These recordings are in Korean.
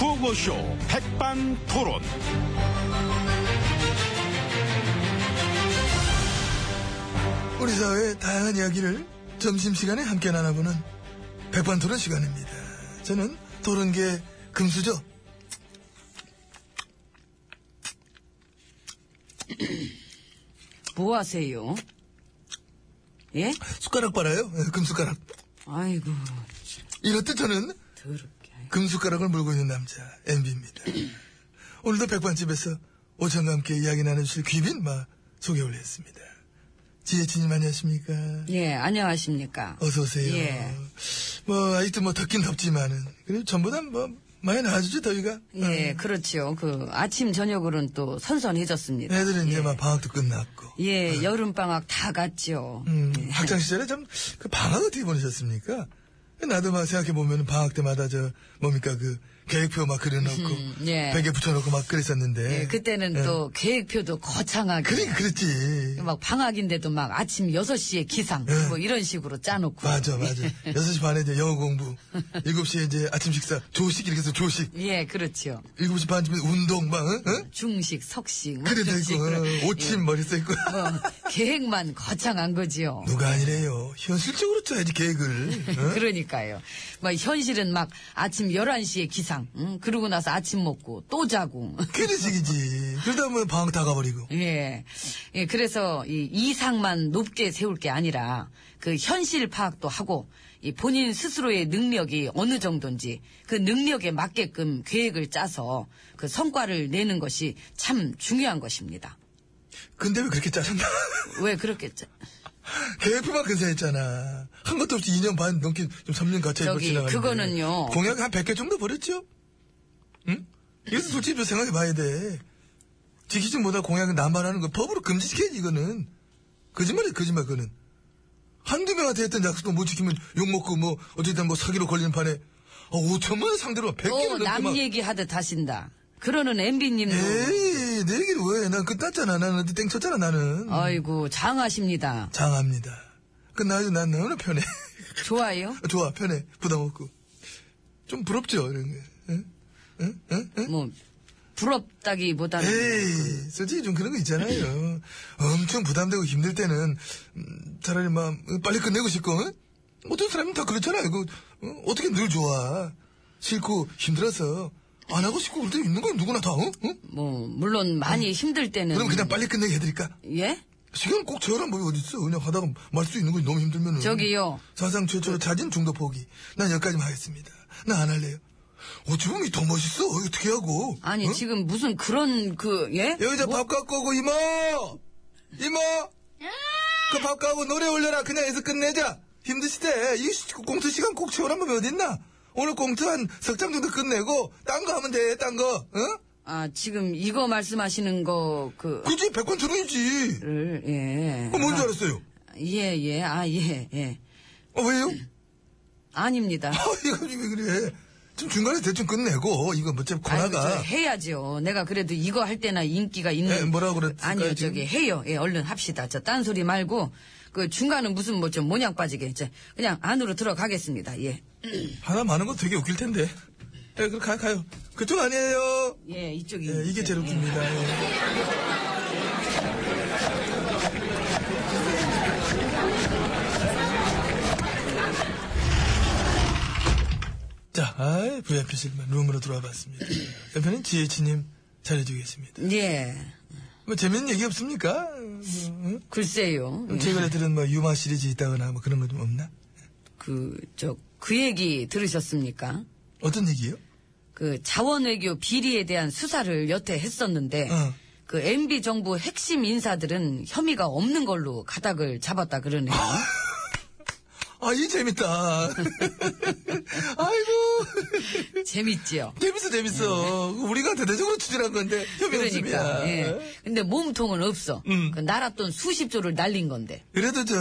라디오쇼 백반토론. 우리 사회의 다양한 이야기를 점심시간에 함께 나눠보는 백반토론 시간입니다. 저는 토론계 금수저. 뭐 하세요? 예? 숟가락 빨아요. 예, 금숟가락. 아이고, 이렇듯 저는 더럽게. 아이고. 금숟가락을 물고 있는 남자 MB입니다. 오늘도 백반집에서 오천과 함께 이야기 나눠주실 귀빈 마 소개 올렸습니다. 지혜진님 안녕하십니까? 예, 안녕하십니까. 어서오세요. 예. 뭐, 아직도 뭐, 덥긴 덥지만은. 그래도 전보다 뭐, 많이 나아지죠, 더위가? 예, 그렇죠. 그, 아침, 저녁으로는 또 선선해졌습니다. 애들은 이제 막 방학도 끝났고. 예, 여름방학 다 갔죠. 네. 음, 학창 시절에 참, 그 방학 어떻게 보내셨습니까? 나도 막 생각해보면 방학 때마다 저, 뭡니까, 그, 계획표 막 그려놓고, 음, 예. 베개 붙여놓고 막 그랬었는데. 예, 그때는 예. 또 계획표도 거창하게. 그래, 그랬지. 막 방학인데도 막 아침 6시에 기상, 예. 뭐 이런 식으로 짜놓고. 맞아, 맞아. 여섯 시 반에 이제 영어 공부, 일곱 시에 이제 아침 식사, 조식 이렇게 해서 조식, 예, 그렇죠. 일곱 시 반쯤에 운동 막, 응? 응? 중식, 석식. 뭐 그래도 이런 있고, 식으로. 어, 예, 옷침 머리 써 있고. 뭐, 계획만 거창한 거지요. 누가 아니래요. 현실적으로 짜야지, 계획을. 어? 그러니까요. 뭐 현실은 막 아침 11시에 기상, 응? 그러고 나서 아침 먹고 또 자고. 그런 식이지. 그러다 보면 방학 다 가버리고. 예. 예, 그래서 이 이상만 높게 세울 게 아니라 그 현실 파악도 하고 이 본인 스스로의 능력이 어느 정도인지 그 능력에 맞게끔 계획을 짜서 그 성과를 내는 것이 참 중요한 것입니다. 근데 왜 그렇게 짜셨나? 왜 그렇게 짜- 계획표만 근사했잖아. 한 것도 없이 2년 반 넘게 좀 3년 같이 입고 저기, 지나가는데. 그거는요. 공약 한 100개 정도 버렸죠? 응? 이것도 솔직히 좀 생각해봐야 돼. 지키지 못한 공약은 남발하는 거 법으로 금지시켜야지, 이거는. 거짓말이야, 거짓말, 그거는. 한두 명한테 했던 약속도 못 지키면 욕먹고 뭐, 어쨌든 뭐 사기로 걸리는 판에, 어, 5천만 원 상대로 100개를 또 넘게 어, 남 막. 얘기하듯 하시다. 그러는 MB님도 에이, 내 얘기를 왜? 난 끝났잖아. 나는 어디 땡 쳤잖아, 나는. 아이고 장하십니다. 장합니다. 끝나가지고 난 너무 편해. 좋아요. 좋아, 편해. 부담 없고. 좀 부럽죠, 이런 게. 예? 응? 응? 응? 응? 뭐 부럽다기보다는 예? 에이, 솔직히 좀 그런 거 있잖아요. 엄청 부담되고 힘들 때는, 음, 차라리 막, 어, 빨리 끝내고 싶고, 응? 어떤 사람은 다 그렇잖아요. 그, 어, 어떻게 늘 좋아. 싫고, 힘들어서, 안 하고 싶고, 그럴 때 있는 건 누구나 다, 응? 응? 뭐 물론 많이 힘들 음. 때는 그럼 그냥 빨리 끝내게 해드릴까? 예? 시간 꼭 채우란 법이 어딨어. 그냥 하다가 말 수 있는 거 너무 힘들면은. 저기요. 사상 최초로 자진 중도 포기. 난 여기까지만 하겠습니다. 나 안 할래요. 어찌보면 이게 더 멋있어. 이거 어떻게 하고. 아니 어? 지금 무슨 그런 그 예? 여기서 밥 갖고 오고, 이모! 이모! 그 밥 갖고 노래 올려라. 그냥 해서 끝내자. 힘드시대. 이 시- 공투 시간 꼭 채우란 법이 어딨나? 오늘 공투 한 석 장 정도 끝내고, 딴 거 하면 돼, 딴 거. 어? 아 지금 이거 말씀하시는 거그 그지? 백권 천원이지. 를 예. 어, 뭔줄 알았어요? 예, 예. 아, 예, 예. 어, 왜요? 아닙니다. 아, 이거 왜 그래? 좀 중간에 대충 끝내고 이거 뭐좀 아이고, 저 권하가 해야죠. 내가 그래도 이거 할 때나 인기가 있는. 예, 뭐라 그랬을까요, 아니요, 지금? 저기 해요. 예, 얼른 합시다. 저 딴소리 말고 그 중간은 무슨 뭐 좀 모냥 빠지게 이제 그냥 안으로 들어가겠습니다. 예. 하나 많은 거 되게 웃길 텐데. 예, 그럼 가, 가요. 그쪽 아니에요. 예, 이쪽이. 예, 이게 제일 웃깁니다. 예. 자, 아이, VIP실만 룸으로 들어와 봤습니다. 옆에는 GH님 잘해주고 계십니다. 예. 뭐, 재밌는 얘기 없습니까? 뭐, 글쎄요. 응? 최근에 들은 뭐, 유마 시리즈 있다거나 뭐 그런 거 좀 없나? 그, 저, 그 얘기 들으셨습니까? 어떤 얘기예요? 그 자원외교 비리에 대한 수사를 여태 했었는데, 어. 그 MB 정부 핵심 인사들은 혐의가 없는 걸로 가닥을 잡았다 그러네요. 아, 이 재밌다. 아이고. 재밌지요? 재밌어, 재밌어. 우리가 대대적으로 추진한 건데, 협의 네. 그러니까. 없음이야. 예. 근데 몸통은 없어. 음. 그 날았던 수십 조를 날린 건데. 그래도 저,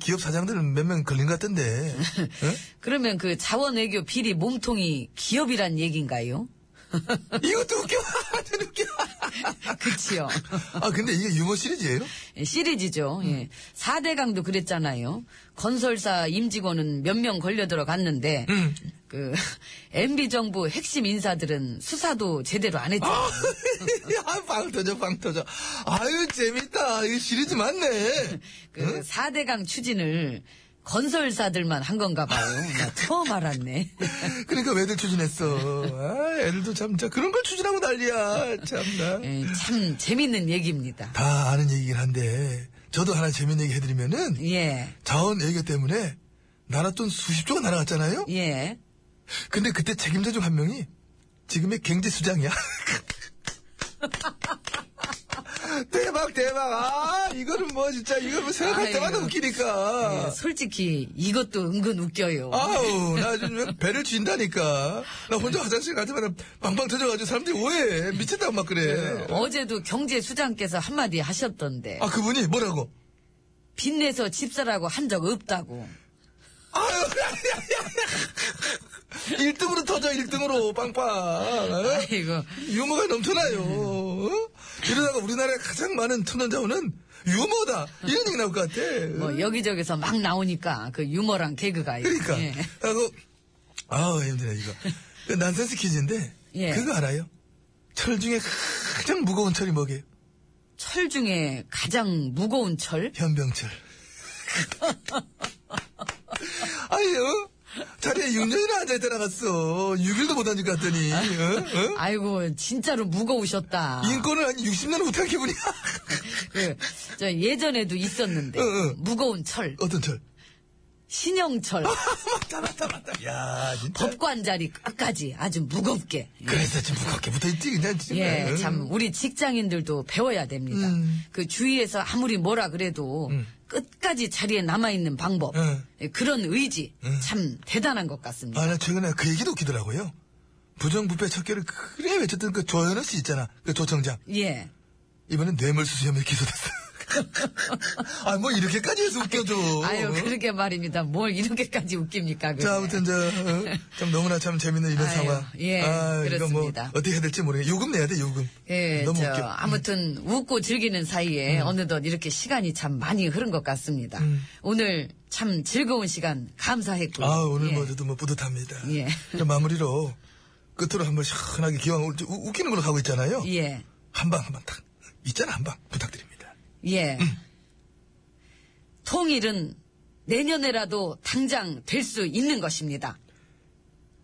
기업 사장들은 몇 명 걸린 것 같던데. 어? 그러면 그 자원외교 비리 몸통이 기업이란 얘긴가요? 이것도 웃겨. 완전 웃겨. 그치요. 아, 근데 이게 유머 시리즈예요 예, 시리즈죠. 예. 4대강도 그랬잖아요. 건설사 임직원은 몇 명 걸려 들어갔는데, 그, MB정부 핵심 인사들은 수사도 제대로 안 했죠. 어? 아, 빵 터져, 빵 터져. 아유, 재밌다. 이 시리즈 맞네. 그, 4대강 추진을 건설사들만 한 건가 봐요. 나 처음 알았네. 그러니까 왜들 추진했어. 아, 애들도 참, 진짜 그런 걸 추진하고 난리야. 참나. 예, 참 재밌는 얘기입니다. 다 아는 얘기긴 한데, 저도 하나 재밌는 얘기 해드리면은, 예, 자원 외교 때문에, 나라 돈 수십 조가 날아갔잖아요? 예. 근데 그때 책임자 중 한 명이 지금의 경제수장이야. 대박, 대박. 아, 이거는 뭐, 진짜, 이거 뭐 생각할 아이고. 때마다 웃기니까. 예, 솔직히 이것도 은근 웃겨요. 어? 아우, 나 요즘 배를 쥔다니까. 나 혼자 화장실 갈 때마다 빵빵 터져가지고 사람들이 오해. 미친다고 막 그래. 예. 어제도 경제수장께서 한마디 하셨던데. 아, 그분이 뭐라고? 빚내서 집사라고 한 적 없다고. 아유, 1등으로 터져, 1등으로, 빵빵. 어? 아이고. 유머가 넘쳐나요. 어? 이러다가 우리나라에 가장 많은 천연자원은 유머다. 이런 얘기 나올 것 같아. 뭐 여기저기서 막 나오니까 그 유머랑 개그가 이거. 그러니까. 예. 하고, 아우, 힘드네, 이거. 그 난센스 퀴즈인데, 예. 그거 알아요? 철 중에 가장 무거운 철이 뭐게요? 철 중에 가장 무거운 철? 현병철. 아유, 어? 자리에 6년이나 앉아있다 나갔어. 6일도 못 앉을 것 같더니, 어? 어? 아이고 진짜로 무거우셨다. 인권을 한 60년 못한 기분이야. 그, 저 예전에도 있었는데 어, 어. 무거운 철, 어떤 철? 신형철, 맞다, 맞다, 맞다. 야, 진짜. 법관 자리 끝까지 아주 무겁게. 그래서 지금 무겁게 붙어있지, 그냥 지금. 예, 응. 참 우리 직장인들도 배워야 됩니다. 네. 음. 그 주위에서 아무리 뭐라 그래도 끝까지 자리에 남아 있는 방법, 음. 예, 그런 의지 참 대단한 것 같습니다. 아, 나 최근에 그 얘기도 웃기더라고요. 부정부패 척결을 그래 외쳤던 그 조현우 씨 있잖아. 그 조청장. 예. 이번엔 뇌물수수 혐의 기소됐어. 아, 뭐 이렇게까지 해서 웃겨줘. 어? 아유, 그러게 말입니다. 뭘 이렇게까지 웃깁니까, 그게. 자, 아무튼, 저, 어, 참 너무나 참 재밌는 이런 아유, 상황. 예, 이거 뭐, 그렇습니다. 어떻게 해야 될지 모르겠네. 요금 내야 돼, 요금. 예, 너무 저, 웃겨. 음. 아무튼, 웃고 즐기는 사이에 어느덧 이렇게 시간이 참 많이 흐른 것 같습니다. 오늘 참 즐거운 시간 감사했고요. 아, 오늘 예. 뭐, 저도 뭐, 뿌듯합니다. 예. 그럼 마무리로, 끝으로 한번 시원하게 기왕 울- 우- 웃기는 걸로 가고 있잖아요. 예, 한 방, 한 방 딱. 있잖아, 한 방. 부탁드립니다. 예. 통일은 내년에라도 당장 될 수 있는 것입니다.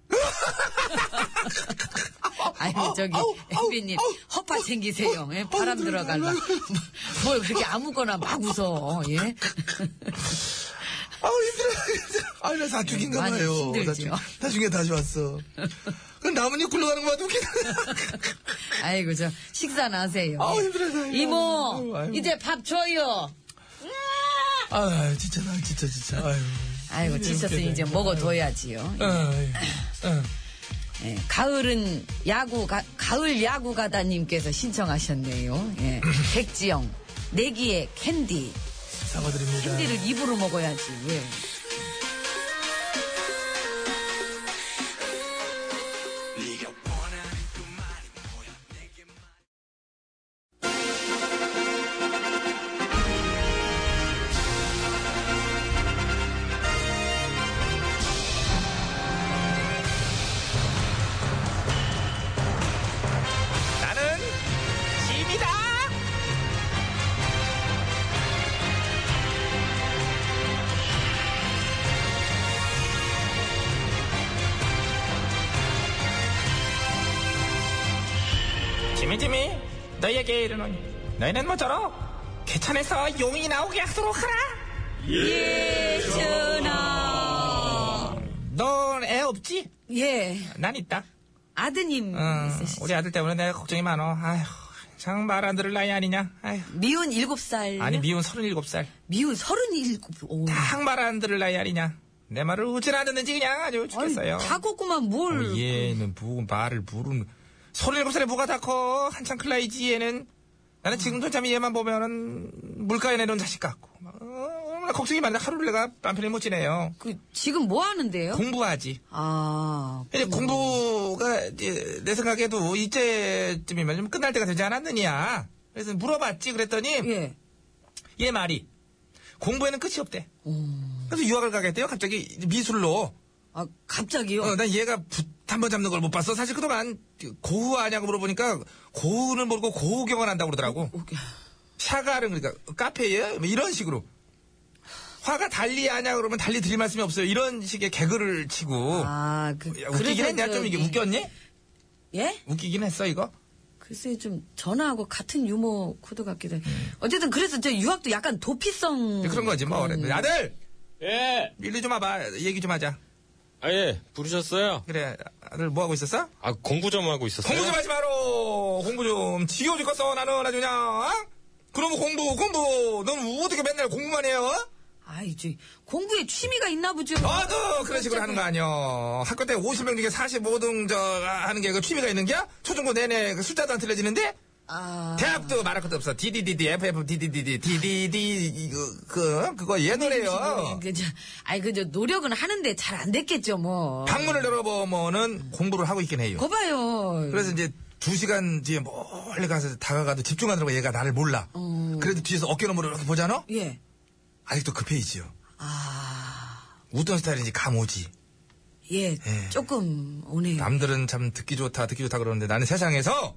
아유, 저기, 아우, 아우, 엠비님, 아우, 허파 챙기세요. 예, 바람 들어가, 들어갈라. 뭘 그렇게 아무거나 막 웃어, 예. 아우, 힘들어. 아유, 나 사춘기인가 예, 많이 봐요. 힘들죠. 사춘- 사춘기에 다시 왔어. 그럼 나뭇잎 굴러가는 거 봐도 웃기다. 아이고 저 식사나 하세요. 아우, 힘들어서, 아이고. 이모 아이고, 아이고. 이제 밥 줘요. 아유, 진짜, 나 진짜, 진짜. 아유. 아이고 지쳤으니 이제 먹어둬야지요. 아유. 아유. 예, 가을은 야구 가, 가을 야구 가다님께서 신청하셨네요. 예, 백지영 내기의 캔디 사과드립니다. 캔디를 네. 입으로 먹어야지 왜? 나는 짐이다. 지미 지미 너희에게 이르노니 너희는 모쪼록 개천에서 용이 나오게 하도록 하라 예천아 예. 넌 애 없지? 예 난 있다 아드님 어, 있으시죠? 우리 아들 때문에 내가 걱정이 많어 아휴 참 말 안 들을 나이 아니냐 아휴 미운 일곱 살 아니 미운 37살 미운 서른일곱 오. 딱 말 안 들을 나이 아니냐 내 말을 우지나 듣는지 그냥 아주 죽겠어요 다 걷구만 뭘 어, 얘는 뭐 말을 모르는 37살에 뭐가 다커 한창 클라이지 얘는 나는 지금도 참 얘만 보면은 물가에 내놓은 자식 같고 막, 어, 너무나 걱정이 많은데 하루를 내가 남편이 못 지내요. 그 지금 뭐 하는데요? 공부하지. 아, 이제 공부가 이제 내 생각에도 이제쯤이면 좀 끝날 때가 되지 않았느냐. 그래서 물어봤지 그랬더니 예. 얘 말이 공부에는 끝이 없대. 그래서 유학을 가겠대요. 갑자기 미술로. 어. 아, 갑자기요? 어, 난 얘가 붓 한 번 잡는 걸 못 봤어. 사실 그동안 고흐 아냐고 물어보니까 고흐는 모르고 고흐경을 한다고 그러더라고. 오케이. 샤가르 그러니까 카페에 뭐 이런 식으로 화가 달리 아냐 그러면 달리 드릴 말씀이 없어요. 이런 식의 개그를 치고 아, 그, 야, 웃기긴 그래서 했냐? 좀 저기- 이게 웃겼니? 예? 웃기긴 했어 이거. 글쎄, 좀, 전화하고 같은 유머 코드 같기도 해. 어쨌든, 그래서 저 유학도 약간 도피성. 음. 그런 거지 뭐. 음, 그런- 그래. 아들 예. 일로 좀 와봐. 얘기 좀 하자. 아, 예. 부르셨어요? 그래 아들 뭐 하고 있었어? 아, 공부 좀 하고 있었어요. 공부 좀 하지 마로. 공부 좀 지겨워 죽겠어 나는 아주 그냥. 어? 그러면 공부 공부. 넌 어떻게 맨날 공부만 해요? 어? 아이, 저, 공부에 취미가 있나 보죠. 너도 그런 식으로 하는 거 아니야. 학교 때 50명 중에 45등 저 하는 게 그 취미가 있는 게야? 초중고 내내 그 숫자도 안 틀려지는데? 아. 대학도 말할 것도 없어. DDDD, FF, DDDD, DDD, 이거, 그, 그거 예노래요. 그저, 아이, 그저, 노력은 하는데 잘 안 됐겠죠, 뭐. 방문을 열어보면은 공부를 하고 있긴 해요. 거 봐요. 그래서 이제 두 시간 뒤에 멀리 가서 다가가도 집중하느라고 얘가 나를 몰라. 음. 그래도 뒤에서 어깨너머로 이렇게 보잖아? 예. 아직도 급해이지요. 아, 어떤 스타일인지 감 오지. 예, 예. 조금 오네요. 남들은 참 듣기 좋다, 듣기 좋다 그러는데 나는 세상에서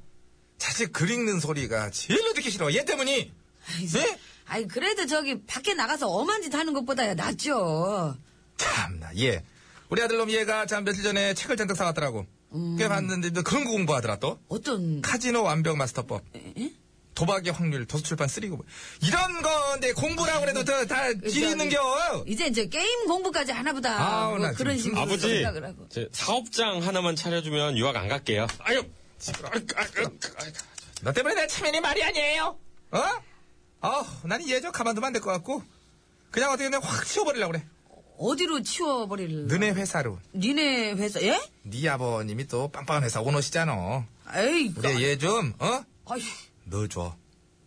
자식 그릭는 소리가 제일로 듣기 싫어. 얘 때문이. 아이, 저- 예? 아이, 그래도 저기, 밖에 나가서 엄한 짓 하는 것보다야 낫죠. 참나, 얘. 우리 아들놈 얘가 참 며칠 전에 책을 잔뜩 사왔더라고. 음. 꽤 봤는데 또 그런 거 공부하더라 또. 어떤, 카지노 완벽 마스터법. 예? 도박의 확률, 도서출판 쓰리고. 뭐. 이런 건데 공부라고 그래도 다, 다 지리는겨. 이제 이제 게임 공부까지 하나보다. 아우, 뭐 나 그런 지금 식으로 아버지, 생각을 하고. 제 사업장 하나만 차려주면 유학 안 갈게요. 아유, 아유, 아유, 아유. 너 때문에 내 체면이 말이 아니에요. 어? 어, 난 얘저 가만두면 안 될 것 같고. 그냥 어떻게 그냥 확 치워버리려고 그래. 어디로 치워버릴. 너네 회사로. 니네 회사, 예? 네 아버님이 또 빵빵한 회사 오너시잖아. 에이, 그, 우리 얘 좀 어? 아이, 넣어줘.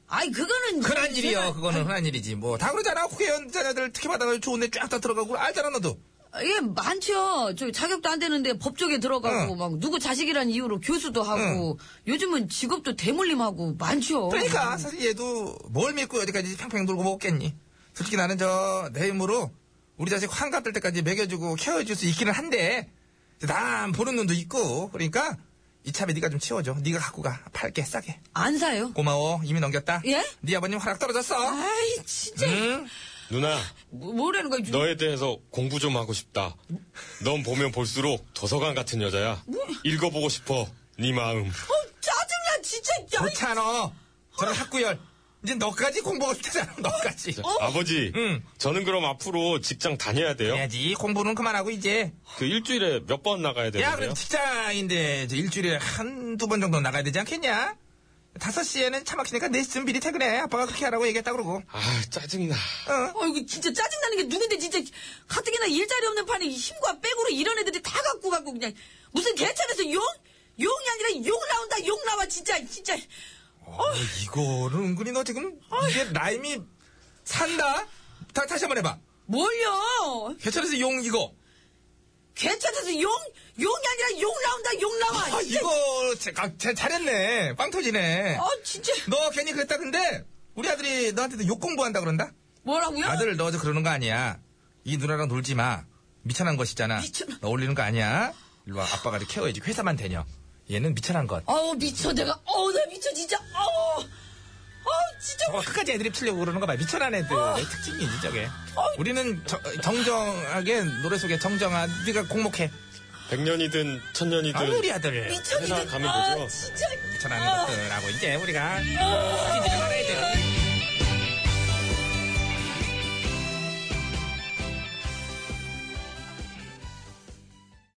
아이, 그거는. 흔한 그 일이요. 제가- 그거는 흔한 일이지. 뭐 다 그러잖아. 국회의원 자녀들 특히 받아가지고 좋은데 쫙 다 들어가고 알잖아 너도. 아, 예, 많죠. 저 자격도 안 되는데 법조계 들어가고, 응. 막, 누구 자식이란 이유로 교수도 하고, 요즘은 직업도 대물림하고, 많죠. 그러니까 사실 얘도 뭘 믿고 여기까지 팽팽 돌고 먹겠니? 솔직히 나는 저 내 힘으로 우리 자식 환갑 될 때까지 먹여주고 케어해줄 수 있기는 한데 난 보는 눈도 있고 그러니까 이참에 네가 좀 치워줘. 네가 갖고 가. 팔게 싸게. 안 사요. 고마워. 이미 넘겼다. 예? 네 아버님 화락 떨어졌어. 아이, 진짜. 응? 누나, 뭐- 뭐라는 거야. 너에 대해서 공부 좀 하고 싶다. 넌 보면 볼수록 도서관 같은 여자야. 읽어보고 싶어. 네 마음. 어, 짜증나, 진짜. 야, 이- 좋잖아. 저런 학구열. 이제 너까지 공부가 되잖아. 너까지. 어? 자, 아버지, 어? 응. 네. 저는 그럼 앞으로 직장 다녀야 돼요. 해야지. 공부는 그만하고 이제. 그 일주일에 몇 번 나가야 야, 되는데요? 그래도 직장인데 이제 일주일에 한두 번 정도 나가야 되지 않겠냐? 다섯 시에는 차 막히니까 네시쯤 미리 퇴근해. 아빠가 그렇게 하라고 얘기했다 그러고. 아, 짜증나. 어이구 진짜 짜증나는 게 누군데 진짜 가뜩이나 일자리 없는 판에 힘과 백으로 이런 애들이 다 갖고 갖고 그냥 무슨 개천에서 용? 용이 아니라 용 나온다 용 나와 진짜 진짜 어, 이거를 은근히 너 지금 이게 라임이 산다? 다, 다시 한번 해봐. 뭘요? 개천에서 용 이거. 개천에서 용? 용이 아니라 용 나온다 용 나와 아, 진짜 이거 제- 아, 제- 잘했네. 빵 터지네. 아 진짜 너 괜히 그랬다 근데 우리 아들이 너한테도 욕 공부한다 그런다? 뭐라고요? 아들 넣어서 그러는 거 아니야. 이 누나랑 놀지 마. 미천한 것이잖아. 미천한- 너 올리는 거 아니야. 일로 와. 아빠가 이렇게 케어해야지. 회사만 되냐. 얘는 미천한 것. 아우 미쳐 내가 어우 나 미쳐 진짜 어우 어우 진짜 저거 끝까지 애들이 틀려고 그러는 거 봐. 미천한 어. 애들의 특징이지, 저게. 우리는 저- 정정하게, 노래 속에 정정한, 네가 공목해. 백년이든 천년이든 아, 우리 아들. 미쳐 어. 회사 가면 아 되죠. 진짜 아. 미천한 것들하고 이제 우리가. 삐지지 말아야 돼.